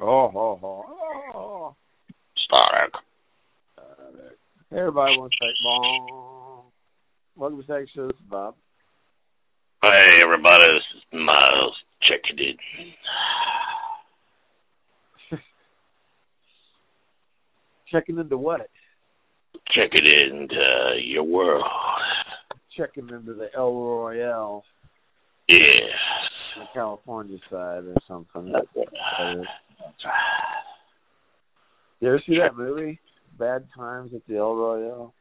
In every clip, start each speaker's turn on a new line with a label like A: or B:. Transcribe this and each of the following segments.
A: Oh, oh, oh, oh.
B: Stark.
A: Everybody wants to take long. Welcome to Take Shows, Bob.
B: Hey, everybody, this is Miles. Check it in.
A: Checking into what?
B: Check it into your world.
A: Checking into the El Royale,
B: Yeah.
A: the California side or something.
B: That's it.
A: You ever see that movie? Bad Times at the El Royale.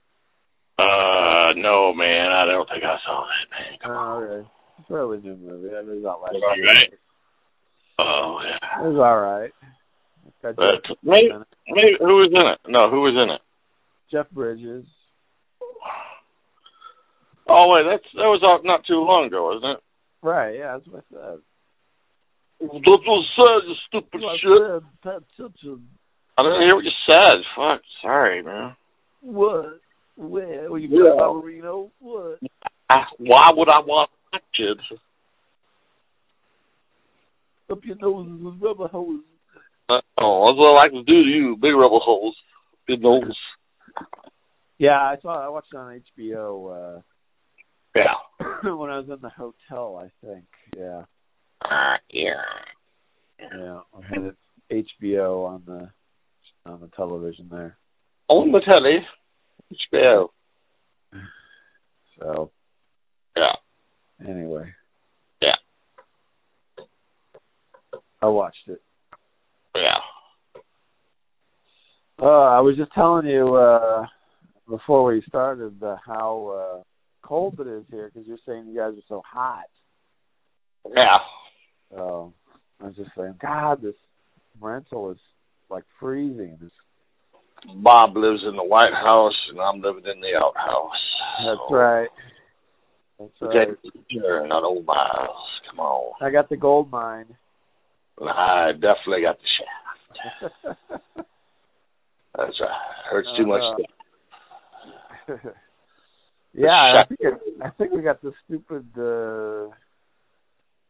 B: Uh, no, man, I don't think I saw that, man. Come
A: Oh,
B: on.
A: really? It's a really new movie. That was out last
B: It's
A: year.
B: alright.
A: It
B: Oh,
A: was all right. Got
B: yeah.
A: Jeff,
B: But maybe, maybe, who was in it? No, who was in it?
A: Jeff Bridges.
B: Oh, wait, that's that was out not too long ago, wasn't it?
A: Right, yeah, that's what I said.
B: That's what said, you stupid
A: Well, I
B: shit.
A: said, Pat Simpson.
B: I didn't hear what you said. Fuck, sorry, man.
A: What? Where? Were you
B: Yeah.
A: yeah. ballerino? What?
B: I, why would I want that kid?
A: Up your nose with rubber hose.
B: Uh, Oh, that's what I like to do to you, big rubber holes, big nose.
A: Yeah, I saw. I watched it on HBO
B: Yeah.
A: uh when I was in the hotel. I think. Yeah,
B: Uh, yeah.
A: yeah. I had it HBO on the on the television there.
B: On the telly, HBO.
A: So
B: Yeah.
A: anyway.
B: Yeah.
A: I watched it.
B: Yeah.
A: Uh, I was just telling you uh, before we started uh, how uh, cold it is here because you're saying you guys are so hot.
B: Yeah.
A: So I was just saying, God, this rental is like freezing. It's,
B: Bob lives in the White House, and I'm living in the outhouse.
A: that's
B: So,
A: right. That's right.
B: Take the turn, not old Miles. Come on.
A: I got the gold mine.
B: I definitely got the shaft. That's right. Hurts too much.
A: Uh,
B: to-
A: yeah, I
B: Shut-
A: think, it, I think we got the stupid. Uh,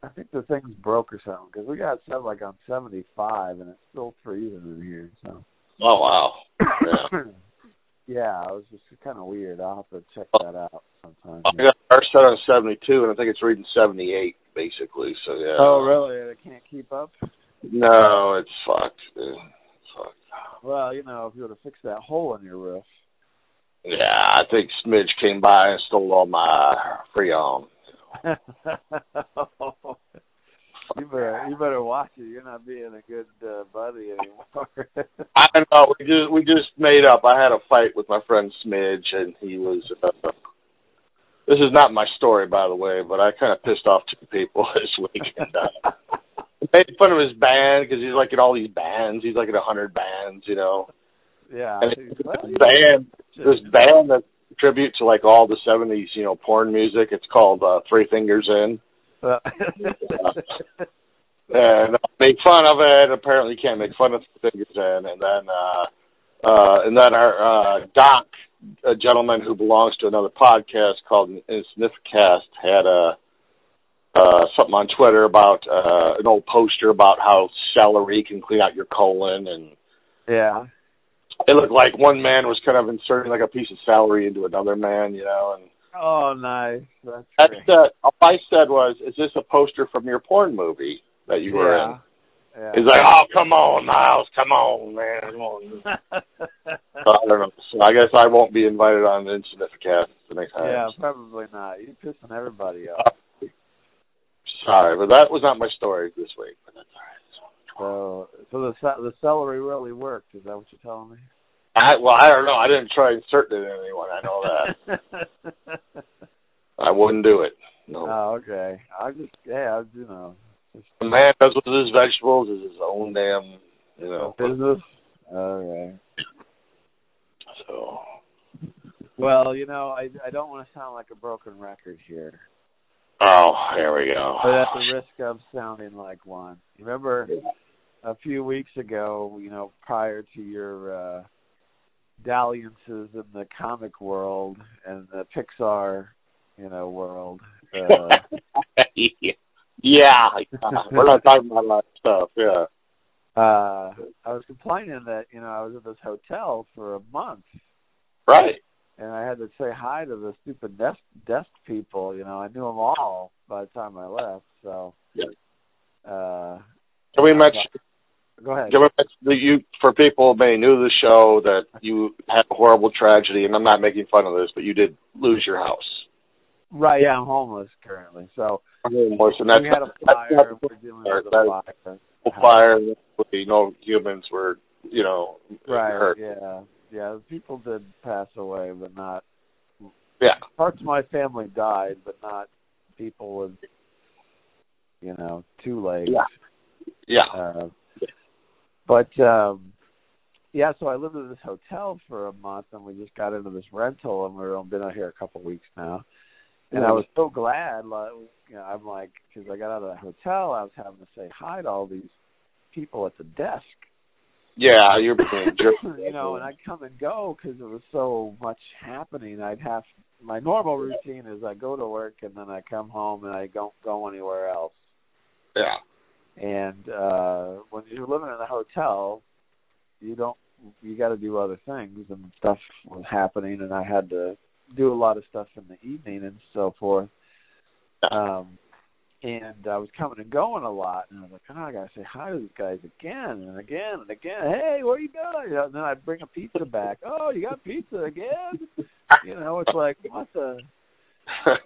A: I think the thing's broke or something because we got set like on seventy five and it's still freezing in here. So
B: Oh wow.
A: yeah, it was just kind of weird. I'll have to check that out sometime.
B: I got our set on seventy two, and I think it's reading seventy eight basically. So yeah.
A: Oh really? They can't keep up.
B: No, it's fucked. dude. It's fucked.
A: Well, you know, if you were to fix that hole in your roof,
B: Yeah, I think Smidge came by and stole all my freon.
A: you better you better watch it. You're not being a good uh, buddy anymore.
B: I don't know. We just we just made up. I had a fight with my friend Smidge, and he was. Uh, this is not my story, by the way, but I kind of pissed off two people this weekend. Uh, made fun of his band because he's like in all these bands. He's like in a hundred bands, you know.
A: yeah.
B: And
A: see,
B: it's
A: well,
B: this
A: you
B: band,
A: should-
B: this band that tribute to like all the '70s, you know, porn music. It's called uh, Three Fingers In.
A: Uh,
B: and I make fun of it. Apparently, you can't make fun of fingers in. And then, uh, uh, and then our uh, doc, a gentleman who belongs to another podcast called Insniffcast, had a uh, something on Twitter about uh, an old poster about how celery can clean out your colon, and
A: yeah.
B: it looked like one man was kind of inserting like a piece of celery into another man, you know, and.
A: Oh, nice. That's
B: That
A: great.
B: said, uh, all I said was, "Is this a poster from your porn movie that you were in?"
A: yeah. Yeah.
B: He's like, oh, come on, Miles, come on, man. Come on. I don't know. So I guess I won't be invited on the Insignificast the next time.
A: yeah, probably not. You're pissing everybody off.
B: Sorry, but that was not my story this week. But that's all right.
A: So, so the ce- the celery really worked. Is that what you're telling me?
B: I, well, I don't know. I didn't try inserting it in anyone. I know that.
A: that.
B: I wouldn't do it. No.
A: oh, okay. I just yeah, I, you know, just
B: the man does with his vegetables is his own damn, you know.
A: business. Okay.
B: So.
A: Well, you know, I I don't want to sound like a broken record here,
B: Oh, here we go.
A: but at the risk of sounding like one, remember a few weeks ago, you know, prior to your uh dalliances in the comic world and the Pixar, you know, world, uh,
B: yeah. Yeah, yeah. we're not talking about a lot of stuff. Yeah.
A: Uh, I was complaining that you know I was at this hotel for a month,
B: Right.
A: and I had to say hi to the stupid desk desk people. You know, I knew them all by the time I left. So,
B: Yeah.
A: uh,
B: Can we mention?
A: go ahead.
B: Can we mention that you for people who may new to the show that you had a horrible tragedy, and I'm not making fun of this, but you did lose your house.
A: Right, yeah, I'm homeless currently. So
B: And that's
A: we had a
B: that's not
A: fire. We're dealing
B: fire,
A: with a
B: that
A: fire.
B: a fire. You know, humans were, you know,
A: Right.
B: hurt.
A: Yeah. Yeah. People did pass away, but not
B: Yeah.
A: parts of my family died, but not people with you know two legs.
B: Yeah. Yeah.
A: Uh, but um yeah, so I lived at this hotel for a month, and we just got into this rental, and we've been out here a couple weeks now. And I was so glad, like, you know, I'm like, because I got out of the hotel, I was having to say hi to all these people at the desk,
B: Yeah, you're being jerk.
A: you know, and I come and go because there was so much happening. I'd have my normal routine is I go to work and then I come home and I don't go anywhere else.
B: yeah.
A: And uh when you're living in a hotel, you don't you got to do other things and stuff was happening and I had to do a lot of stuff in the evening and so forth. Um and I was coming and going a lot, and I was like, "Oh, I gotta say hi to these guys again and again and again. Hey, where you going?" You know, and then I'd bring a pizza back. Oh, you got pizza again? You know, it's like what the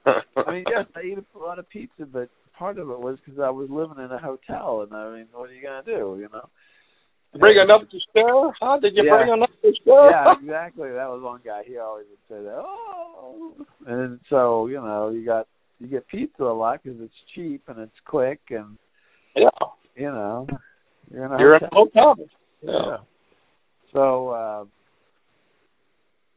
A: I mean, yes, I eat a lot of pizza, but part of it was because I was living in a hotel, and I mean, what are you gonna do? You know,
B: Bring enough to share? Huh? Did you
A: Yeah.
B: bring enough to share?
A: Yeah, exactly. That was one guy. He always would say that. Oh, and so you know, you got you get pizza a lot because it's cheap and it's quick, and
B: Yeah.
A: you know, you're in a
B: You're in a
A: hotel.
B: hotel.
A: Yeah. So, uh,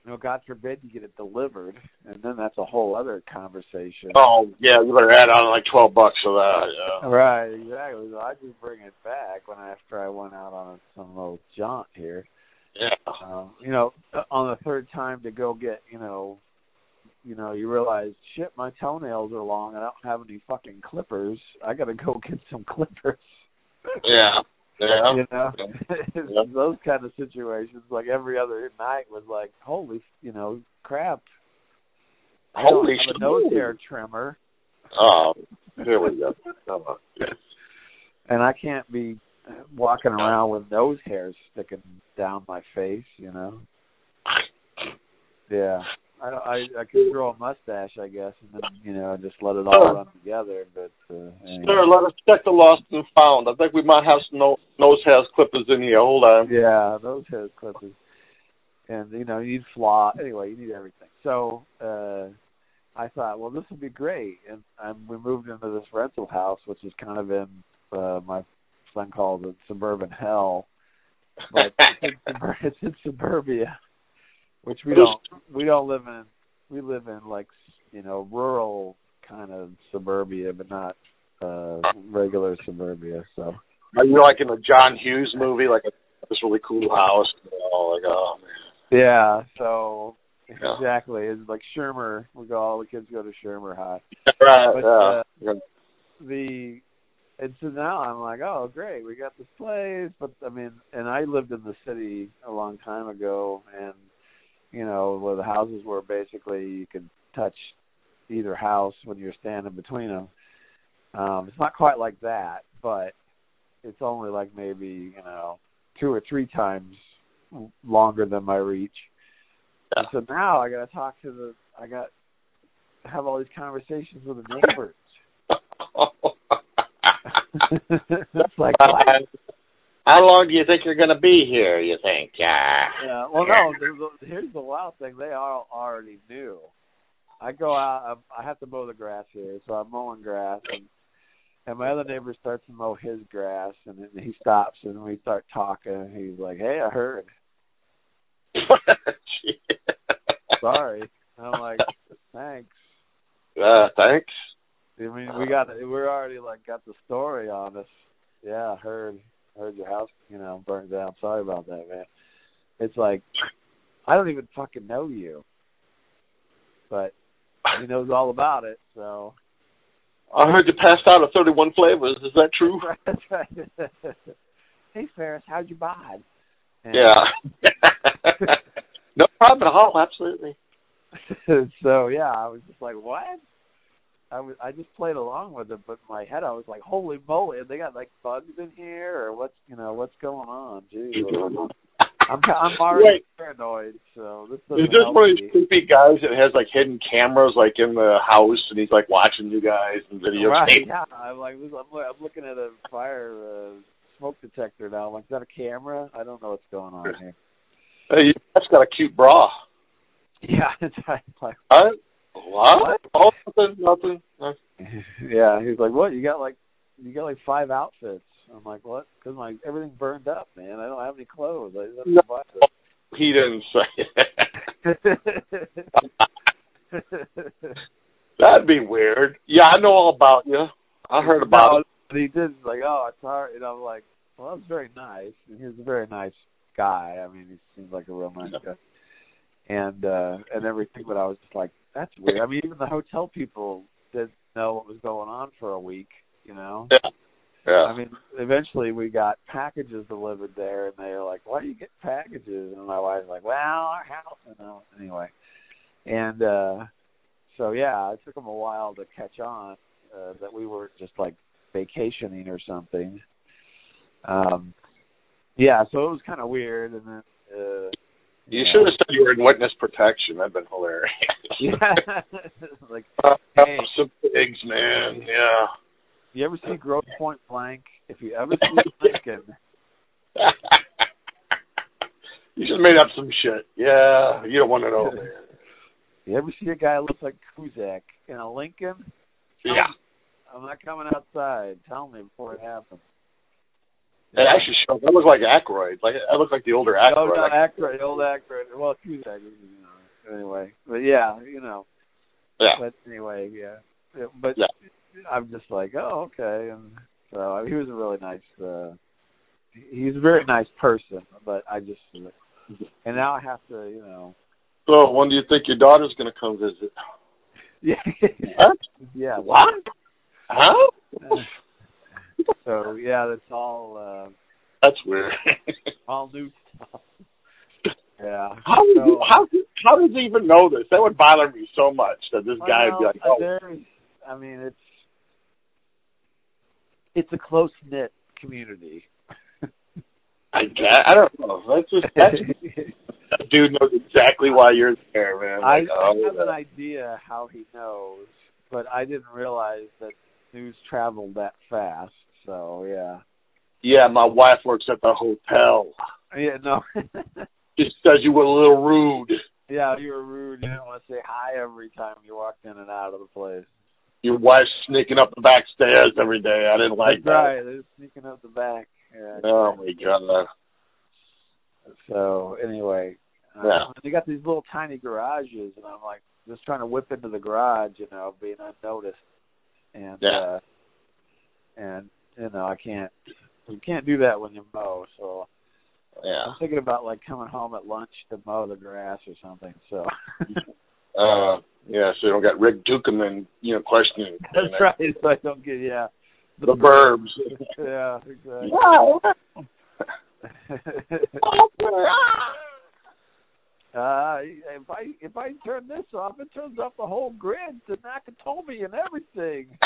A: you know, God forbid you get it delivered, and then that's a whole other conversation.
B: Oh yeah, you better add on like twelve bucks for that. Yeah.
A: Right, exactly. So I just bring it back when after I went out on some little jaunt here.
B: Yeah.
A: Um, you know, on the third time to go get, you know, you know, you realize shit, my toenails are long. I don't have any fucking clippers. I gotta go get some clippers.
B: Yeah. Yeah.
A: You know,
B: Yeah.
A: those kind of situations. Like every other night was like, holy, you know, crap. I don't
B: Holy
A: have
B: shit.
A: a nose hair trimmer.
B: Oh, here we go. Come on.
A: and I can't be walking around with nose hairs sticking down my face, you know. Yeah, I don't- I I could grow a mustache, I guess, and then you know just let it all run together. But uh,
B: Sir,
A: anyway.
B: let us check the lost and found. I think we might have some no- nose hairs clippers in here. Hold on.
A: yeah, those hair clippers, and you know you need flaw. Anyway, you need everything. So uh I thought, well, this would be great, and um, we moved into this rental house, which is kind of in uh, my friend calls it suburban hell. But it's in, sub- it's in suburbia, which we don't we don't live in. We live in like you know rural kind of suburbia, but not uh regular suburbia. So
B: Are you like in a John Hughes movie, like a, this really cool house? You know, like oh man.
A: yeah, so
B: Yeah.
A: exactly. It's like Shermer. We go all the kids go to Shermer High. But,
B: Right.
A: uh,
B: yeah.
A: The and so now I'm like, oh great, we got this place. But I mean, and I lived in the city a long time ago, and you know where the houses were basically you could touch either house when you're standing between them. Um, it's not quite like that, but it's only like maybe you know two or three times longer than my reach.
B: Yeah.
A: And so now I got to talk to the I got have all these conversations with the neighbors. it's like
B: Uh,
A: what?
B: How long do you think you're gonna be here? You think? Uh,
A: Yeah, well, no. There's a, here's the wild thing: they all already knew. I go out. I, I have to mow the grass here, so I'm mowing grass, and and my other neighbor starts to mow his grass, and then he stops, and we start talking. And he's like, "Hey, I heard. Sorry." And I'm like, "Thanks."
B: Uh, thanks.
A: I mean, we got we're already like got the story on us. Yeah, I heard heard your house, you know, burned down. Sorry about that, man. It's like I don't even fucking know you, but he knows all about it. So
B: I heard you passed out of 31 flavors. Is that true?
A: That's right. hey Ferris, how'd you bod? And-
B: Yeah. no problem at all. Absolutely.
A: so yeah, I was just like, what? I was I just played along with it, but in my head I was like, holy moly, have they got like bugs in here, or what's you know what's going on? Gee, I'm I'm already
B: Wait,
A: paranoid, so this doesn't
B: is this
A: help
B: one of
A: me.
B: these creepy guys that has like hidden cameras like in the house and he's like watching you guys and videotaping?
A: Right, yeah. I'm like, I'm, loo- I'm looking at a fire uh, smoke detector now. I'm like, is that a camera? I don't know what's going on here.
B: Hey, you- that's got a cute bra.
A: Yeah, it's like, like,
B: Huh? What?
A: What?
B: Oh, nothing, nothing. No.
A: yeah. He's like, what? You got like, you got like five outfits. I'm like, what? Because my everything burned up, man. I don't have any clothes. I just have
B: No.
A: to buy
B: He didn't say
A: this.
B: That'd be weird. Yeah, I know all about you. I heard about
A: No,
B: it.
A: But he did he's like, oh, it's hard. And I'm like, well, that's very nice. And he's a very nice guy. I mean, he seems like a real nice guy. And uh and everything, but I was just like, that's weird. I mean, even the hotel people didn't know what was going on for a week. You know,
B: Yeah. Yeah.
A: I mean, eventually we got packages delivered there, and they were like, "Why do you get packages?" And my wife's like, "Well, our house." And I was, anyway, and uh so yeah, it took them a while to catch on uh, that we were just like vacationing or something. Um, yeah, so it was kind of weird, and then uh,
B: you
A: yeah.
B: should have said you were in witness protection. That'd been hilarious.
A: Yeah, like
B: Uh,
A: Hey.
B: Some pigs, man. Yeah.
A: you ever see Gross Point Blank? If you ever see Lincoln,
B: you just made up some shit. Yeah. You don't want to know, man.
A: you ever see a guy who looks like Kuzak in a Lincoln?
B: Yeah.
A: I'm not coming outside. Tell me before it happens.
B: It actually shows. I look like Ackroyd. Like I look like the older Ackroyd.
A: Oh, no, Ackroyd, old Ackroyd. Well, Cusack, you know. Anyway, but yeah, you know.
B: yeah.
A: But anyway, yeah. Yeah, But
B: Yeah.
A: I'm just like, oh, okay. And so I mean, he was a really nice. uh he- He's a very nice person, but I just. And now I have to, you know.
B: So when do you think your daughter's gonna come visit?
A: Yeah.
B: Huh?
A: yeah.
B: Uh, What? Huh?
A: So yeah, that's all. uh
B: That's weird.
A: All new stuff. Yeah.
B: how did you,
A: So-
B: how how does he even know this? That would bother me so much that this guy would be like,
A: Well,
B: oh,
A: there's- I mean, it's it's a close knit community.
B: I guess I don't know. That's just that's that dude knows exactly why you're there, man.
A: I,
B: Like,
A: I
B: oh,
A: have an idea how he knows, but I didn't realize that news traveled that fast. So yeah,
B: yeah, my wife works at the hotel.
A: yeah, no,
B: She says you were a little rude.
A: yeah, you were rude. You didn't want to say hi every time you walked in and out of the place.
B: Your wife's sneaking up the back stairs every day. I didn't like
A: That's
B: that.
A: right, they're sneaking up the back. Yeah,
B: Oh my god.
A: So anyway, uh,
B: Yeah.
A: they got these little tiny garages, and I'm like just trying to whip into the garage, you know, being unnoticed, and
B: Yeah.
A: uh, and you know I can't you can't do that when you mow. So
B: Yeah.
A: I'm thinking about like coming home at lunch to mow the grass or something. So
B: Uh yeah, so you don't got Rick Dukem and you know questioning
A: that's right, so I don't get yeah
B: the burbs.
A: yeah exactly. Uh, if I if I turn this off, it turns off the whole grid to Nakatomi and everything.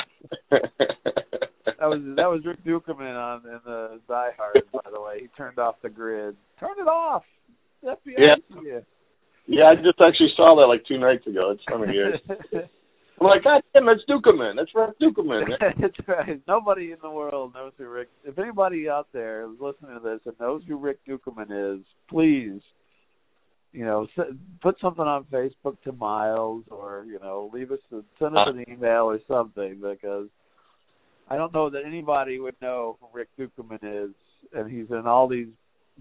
A: That was that was Rick Dukeman on in the Die Hard, by the way. He turned off the grid. Turn it off. The FBI
B: Yeah.
A: see you.
B: yeah, I just actually saw that like two nights ago. It's funny. yeah. I'm like, God damn, that's Dukeman. That's Rick Dukeman.
A: That's right. Nobody in the world knows who Rick. If anybody out there is listening to this and knows who Rick Dukeman is, please, you know, s- put something on Facebook to Miles, or you know, leave us a, send
B: Uh.
A: us an email or something because I don't know that anybody would know who Rick Dukeman is, and he's in all these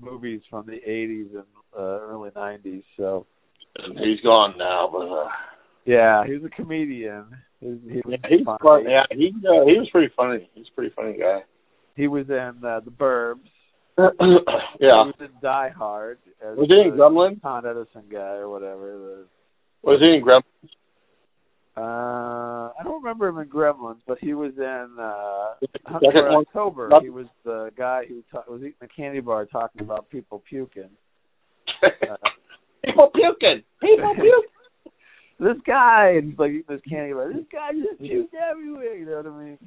A: movies from the '80s and uh, early '90s. So
B: He's gone now, but uh,
A: yeah, he's a comedian. He, he was
B: yeah, he's
A: funny.
B: fun. Yeah, he uh, he was pretty funny. He's a pretty funny guy.
A: He was in uh, The Burbs.
B: yeah.
A: He was in Die Hard. As
B: Was he in
A: the
B: Gremlin?
A: Con Edison guy or whatever. The,
B: Was he in Gremlin?
A: uh, I I don't remember him in Gremlins, but he was in uh
B: Second
A: Hunt for
B: one.
A: October. He was the guy who ta- was eating a candy bar talking about people puking. Uh,
B: People puking. People puking.
A: this guy and he's like eating this candy bar. This guy just puked everywhere. You know what I mean?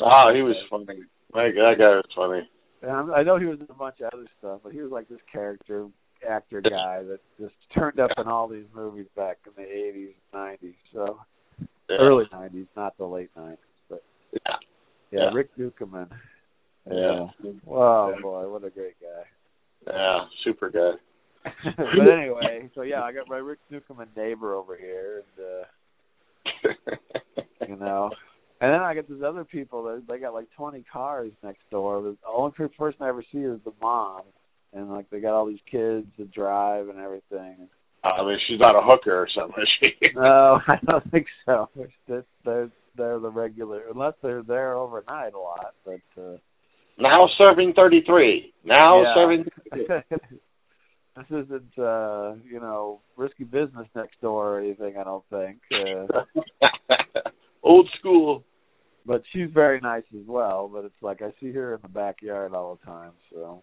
B: Oh, he was funny. Like that guy was funny.
A: And I'm, I know he was in a bunch of other stuff, but he was like this character actor guy that just turned up in all these movies back in the eighties, nineties. So
B: Yeah.
A: early nineties, not the late nineties. But
B: Yeah.
A: yeah,
B: Yeah.
A: Rick Dukeman.
B: Yeah. yeah.
A: Wow,
B: Yeah.
A: boy, what a great guy.
B: Super guy.
A: but anyway, so yeah, I got my Rick Dukeman neighbor over here, and uh, you know, and then I got these other people that they got like 20 cars next door. The only per- person I ever see is the mom, and like they got all these kids to drive and everything.
B: I mean, she's not a hooker or something, is she?
A: No, I don't think so. It's just they're they're the regular, unless they're there overnight a lot, but. uh
B: Now serving 33. Now
A: Yeah.
B: serving.
A: this isn't uh you know risky business next door or anything i don't think uh,
B: Old school.
A: but she's very nice as well but it's like i see her in the backyard all the time so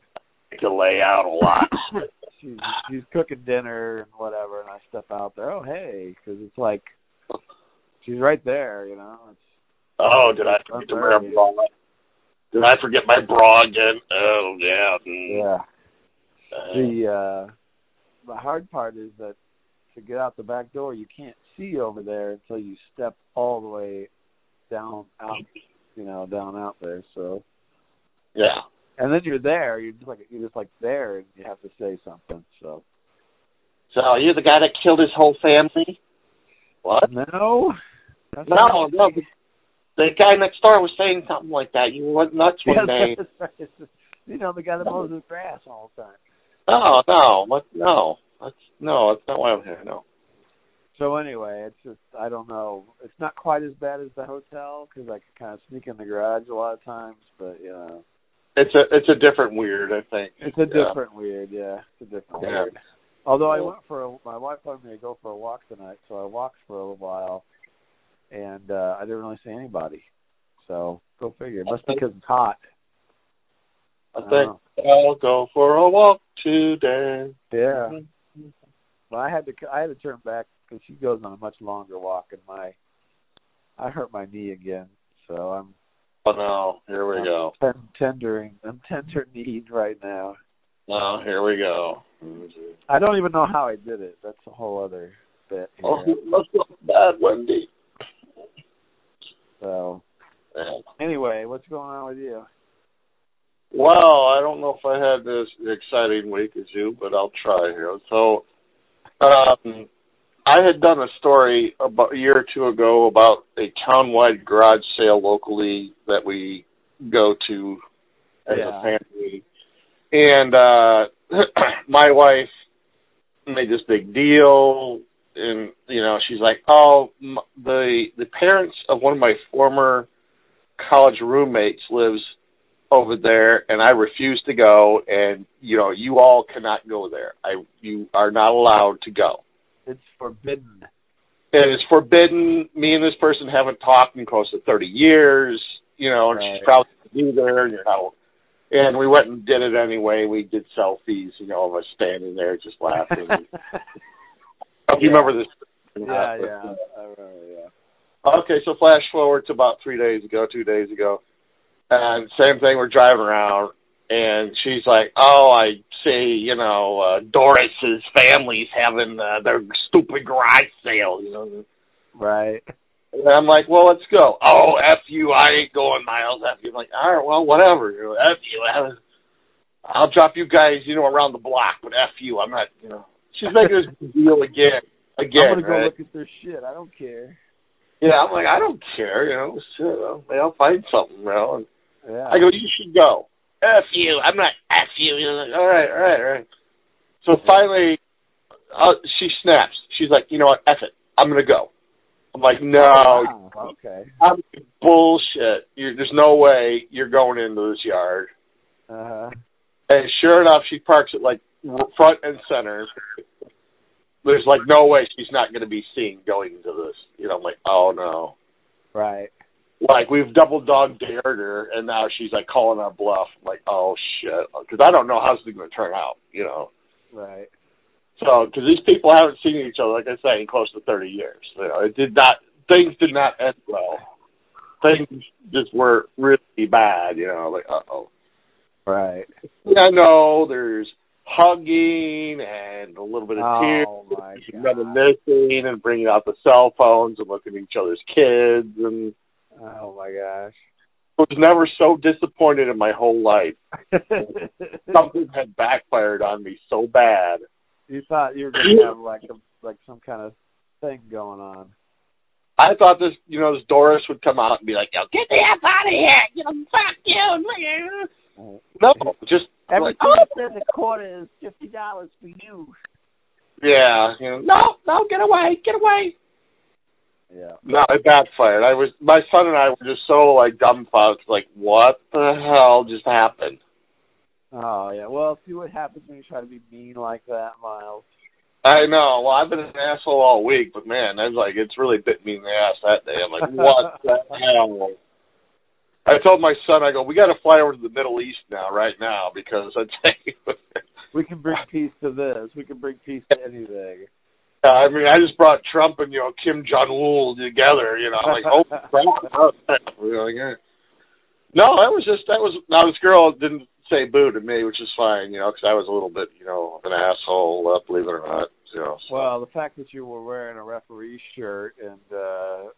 B: I could lay out a lot.
A: she's she's cooking dinner and whatever and i step out there oh hey because it's like she's right there you know it's
B: Oh, did I forget to wear a bra? Did I forget my bra again? Oh, yeah. Mm.
A: yeah
B: Uh,
A: the uh the hard part is that to get out the back door you can't see over there until you step all the way down out you know down out there so
B: yeah.
A: and then you're there you're just like you're just like there and you have to say something so
B: So you're the guy that killed his whole family? What?
A: no That's
B: No,
A: not-
B: no. The, the guy next door was saying something like that. You went nuts
A: Yeah,
B: one day.
A: that's right. It's just- you know the guy that mows his grass all the time
B: No, no, what? No, that's no, that's not why I'm here. No.
A: so anyway it's just i don't know it's not quite as bad as the hotel because i can kind of sneak in the garage a lot of times but you know
B: It's a it's a different weird, I think.
A: It's a
B: Yeah.
A: different weird, yeah. It's a different
B: Yeah.
A: weird. Although I went for a, my wife wanted me to go for a walk tonight, so I walked for a little while, and uh I didn't really see anybody. So go figure. It must be because it's hot.
B: I
A: I
B: think
A: don't
B: I'll go for a walk today.
A: know.
B: Mm-hmm.
A: Yeah. But I had to I had to turn back because she goes on a much longer walk, and my I hurt my knee again, so I'm
B: Oh no, here we go.
A: I'm tendering I'm tender kneed right now.
B: No, here we go. Mm-hmm.
A: I don't even know how I did it. That's a whole other bit. Here.
B: Oh, you must look bad, Wendy.
A: So
B: Yeah.
A: anyway, what's going on with you?
B: Well, I don't know if I had this exciting week as you, but I'll try here. So, um, I had done a story about a year or two ago about a townwide garage sale locally that we go to as
A: Yeah.
B: a family, and uh, my wife made this big deal, and you know she's like, "Oh, m- the the parents of one of my former college roommates lives over there and I refuse to go and you know you all cannot go there. I you are not allowed to go.
A: It's forbidden.
B: And it's forbidden. Me and this person haven't talked in close to 30 years, you know, and
A: Right.
B: she's probably new there and you're not and we went and did it anyway. We did selfies, you know, of us standing there just laughing. I hope you
A: Yeah.
B: remember this.
A: yeah, yeah. I remember, yeah.
B: Okay, so flash forward to about three days ago, two days ago, and same thing. We're driving around, and she's like, "Oh, I see. You know, uh, Doris's family's having uh, their stupid garage sale." You know,
A: Right.
B: and I'm like, "Well, let's go." Oh, f you! I ain't going, Miles. F you! I'm like, all right, well, whatever. You know, F you. I- I'll drop you guys, you know, around the block, but f you. I'm not. You know, she's making this deal again, again.
A: I'm gonna go
B: right?
A: look at their shit. I don't care.
B: Yeah, I'm like, I don't care, you know. Shit, I'll, I'll find something, you know. And
A: Yeah.
B: I go, you should go. F you. I'm not F you. You're like, all right, all right, all right. So finally, uh, she snaps. She's like, you know what? F it. I'm going to go. I'm like, no,
A: Oh, wow, okay.
B: I'm bullshit. You're, there's no way you're going into this yard.
A: Uh-huh.
B: And sure enough, she parks it like r- front and center. There's like no way she's not going to be seen going into this. You know, I'm like, oh no.
A: Right.
B: Like we've double dog dared her, and now she's like calling our bluff. Like, oh shit, because I don't know how's it going to turn out, you know.
A: Right.
B: So, because these people haven't seen each other, like I say, in close to thirty years. You know, it did not. Things did not end well. Things just were really bad. You know, like uh oh.
A: Right.
B: I know there's hugging and a little bit of tears,
A: Oh my
B: and
A: god.
B: reminiscing, and bringing out the cell phones and looking at each other's kids. And
A: Oh my gosh.
B: I was never so disappointed in my whole life. Something had backfired on me so bad.
A: you thought you were going to have like a, like some kind of thing going on.
B: I thought this, you know, this Doris would come out and be like, "Yo, get the F out of here! You know, fuck you!"
A: Right.
B: No, just
A: Every
B: like,
A: time
B: "Oh,
A: it says a quarter is fifty dollars for you.
B: yeah, you know, no, no, get away, get away.
A: Yeah.
B: No, it backfired. I was my son and I were just so like dumbfounded, like what the hell just happened?
A: Oh yeah. Well, see what happens when you try to be mean like that, Miles.
B: I know. Well, I've been an asshole all week, but man, that's like it's really bit me in the ass that day. I'm like, what the hell? I told my son, I go, we got to fly over to the Middle East now, right now, because I tell you,
A: We can bring peace to this. We can bring peace to anything.
B: I mean, I just brought Trump and you know Kim Jong Un together. You know, I'm like, oh crap! You know, like, eh. No, that was just that was now this girl didn't say boo to me, which is fine, you know, because I was a little bit, you know, an asshole, uh, believe it or not, you know. so.
A: Well, the fact that you were wearing a referee shirt and uh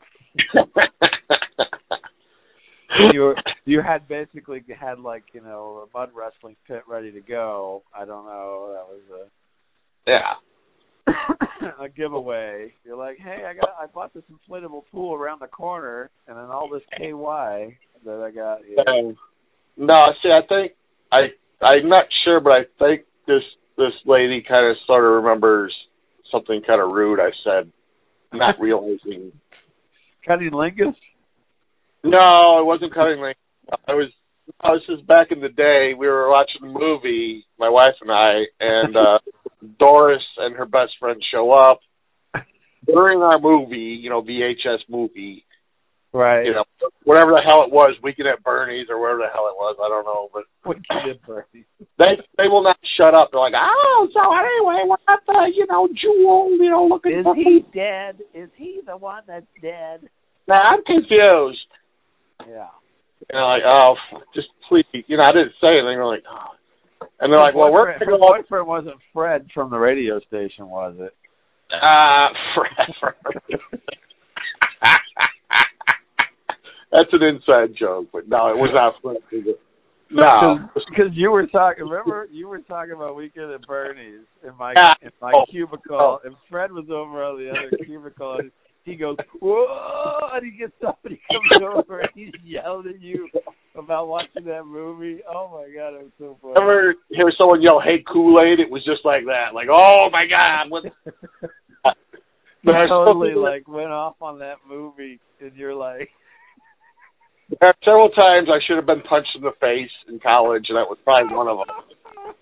A: you were, you had basically had like you know a mud wrestling pit ready to go. I don't know.
B: yeah.
A: That was a a giveaway. You're like, hey, I got I bought this inflatable pool around the corner, and then all this KY that I got. Yeah.
B: Um, no, see, I think I I'm not sure, but I think this this lady kind of sort of remembers something kind of rude I said, not realizing
A: Cunning lingus.
B: No, it wasn't cutting me. I was. I was just back in the day. We were watching a movie, my wife and I, and uh Doris and her best friend show up during our movie. You know, VHS movie.
A: Right.
B: You know, whatever the hell it was, Weekend at Bernie's or whatever the hell it was. I don't know, but
A: What you did for me.
B: they they will not shut up. They're like, oh, so anyway, we're at the you know jewel, you know, looking
A: Is
B: for.
A: he dead? Is he the one that's dead?
B: Now I'm confused.
A: Yeah.
B: And I'm like, oh, fuck, just please. You know, I didn't say anything. I'm like, oh. And they're like, well, we're
A: Her
B: going to go
A: boyfriend wasn't Fred from the radio station, was it?
B: uh, forever. That's an inside joke, but no, it was not fun. was it? No.
A: because you were talking. Remember, you were talking about weekend at Bernie's in my
B: Yeah.
A: in my
B: Oh.
A: cubicle, and Fred was over on the other cubicle, and he goes, "Whoa!" and he gets up and he comes over and he's yelling at you about watching that movie. Oh my god, it was so funny.
B: Ever hear someone yell "Hey Kool Aid"? It was just like that. Like, oh my God! What?
A: He
B: But I was
A: totally
B: supposed to-
A: like went off on that movie, and you're like,
B: There are Uh, several times I should have been punched in the face in college, and that was probably one of them.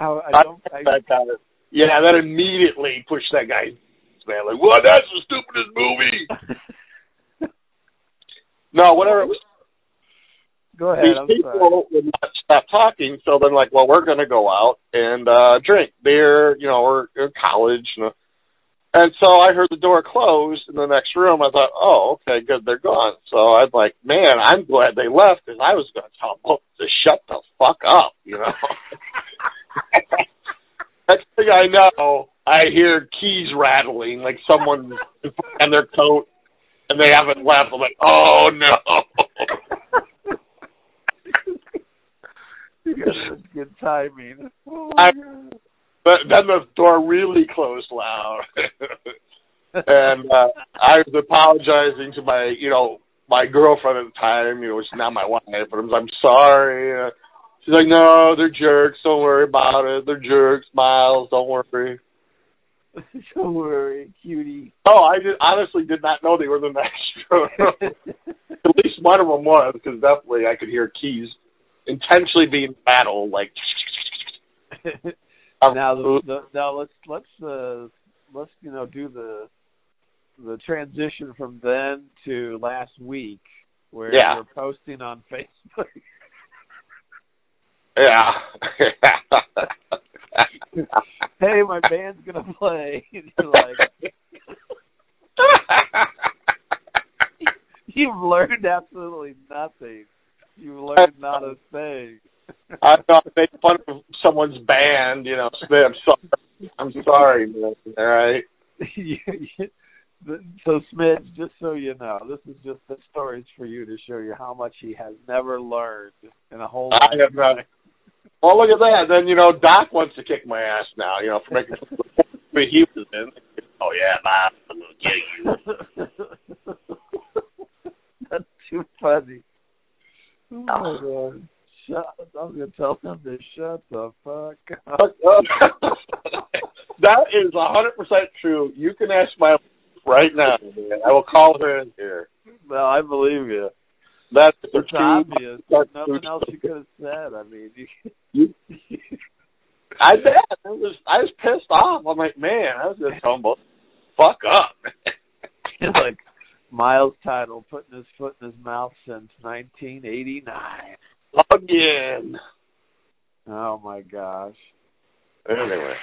A: I, I don't, I,
B: that kind of, yeah, that immediately pushed that guy. Man, like, what? That's the stupidest movie. No, whatever. It was,
A: go ahead.
B: these
A: I'm sorry.
B: people would not stop talking. So then, like, well, we're going to go out and uh drink beer, you know, or, or college. You know. And so I heard the door close in the next room. I thought, oh, okay, good, they're gone. So I'm like, man, I'm glad they left because I was going to tell them to shut the fuck up, you know. Next thing I know, I hear keys rattling, like someone on their coat, and they haven't left. I'm like, oh no.
A: You guys had good timing. Oh my
B: I-
A: God.
B: But then the door really closed loud, and uh, I was apologizing to my, you know, my girlfriend at the time, you know, which is now my wife, but I'm, I'm sorry. Uh, she's like, no, they're jerks. Don't worry about it. They're jerks, Miles. Don't worry.
A: Don't worry, cutie.
B: Oh, I did, honestly did not know they were the next room. at least one of them was, because definitely I could hear keys intentionally being rattled, like.
A: now, the, the, now let's let's uh, let's you know do the the transition from then to last week where
B: Yeah.
A: you're posting on Facebook.
B: Yeah.
A: hey, my band's gonna play. And you're like, you've learned absolutely nothing. You've learned not a thing.
B: I don't make fun of someone's band, you know. so I'm sorry. I'm sorry, man. All right.
A: You- you- so Smidge, just so you know, this is just the stories for you to show you how much he has never learned in a whole
B: I have
A: lifetime.
B: not. Well, look at that. Then you know, Doc wants to kick my ass now. You know, for making fun of the movie he was in. Oh yeah, nah, I'm gonna kill you.
A: That's too funny. Oh my god. Shut, I'm gonna tell him to shut the fuck up.
B: that is a hundred percent true. You can ask my wife right now. Man. I will call her in here.
A: No, I believe you.
B: That's the
A: It's obvious. There's nothing else you could have said. I mean, you.
B: I bet. I was I was pissed off. I'm like, man, I was just humble. Fuck up.
A: It's like Miles Title putting his foot in his mouth since 1989.
B: Again.
A: Oh my gosh.
B: Anyway.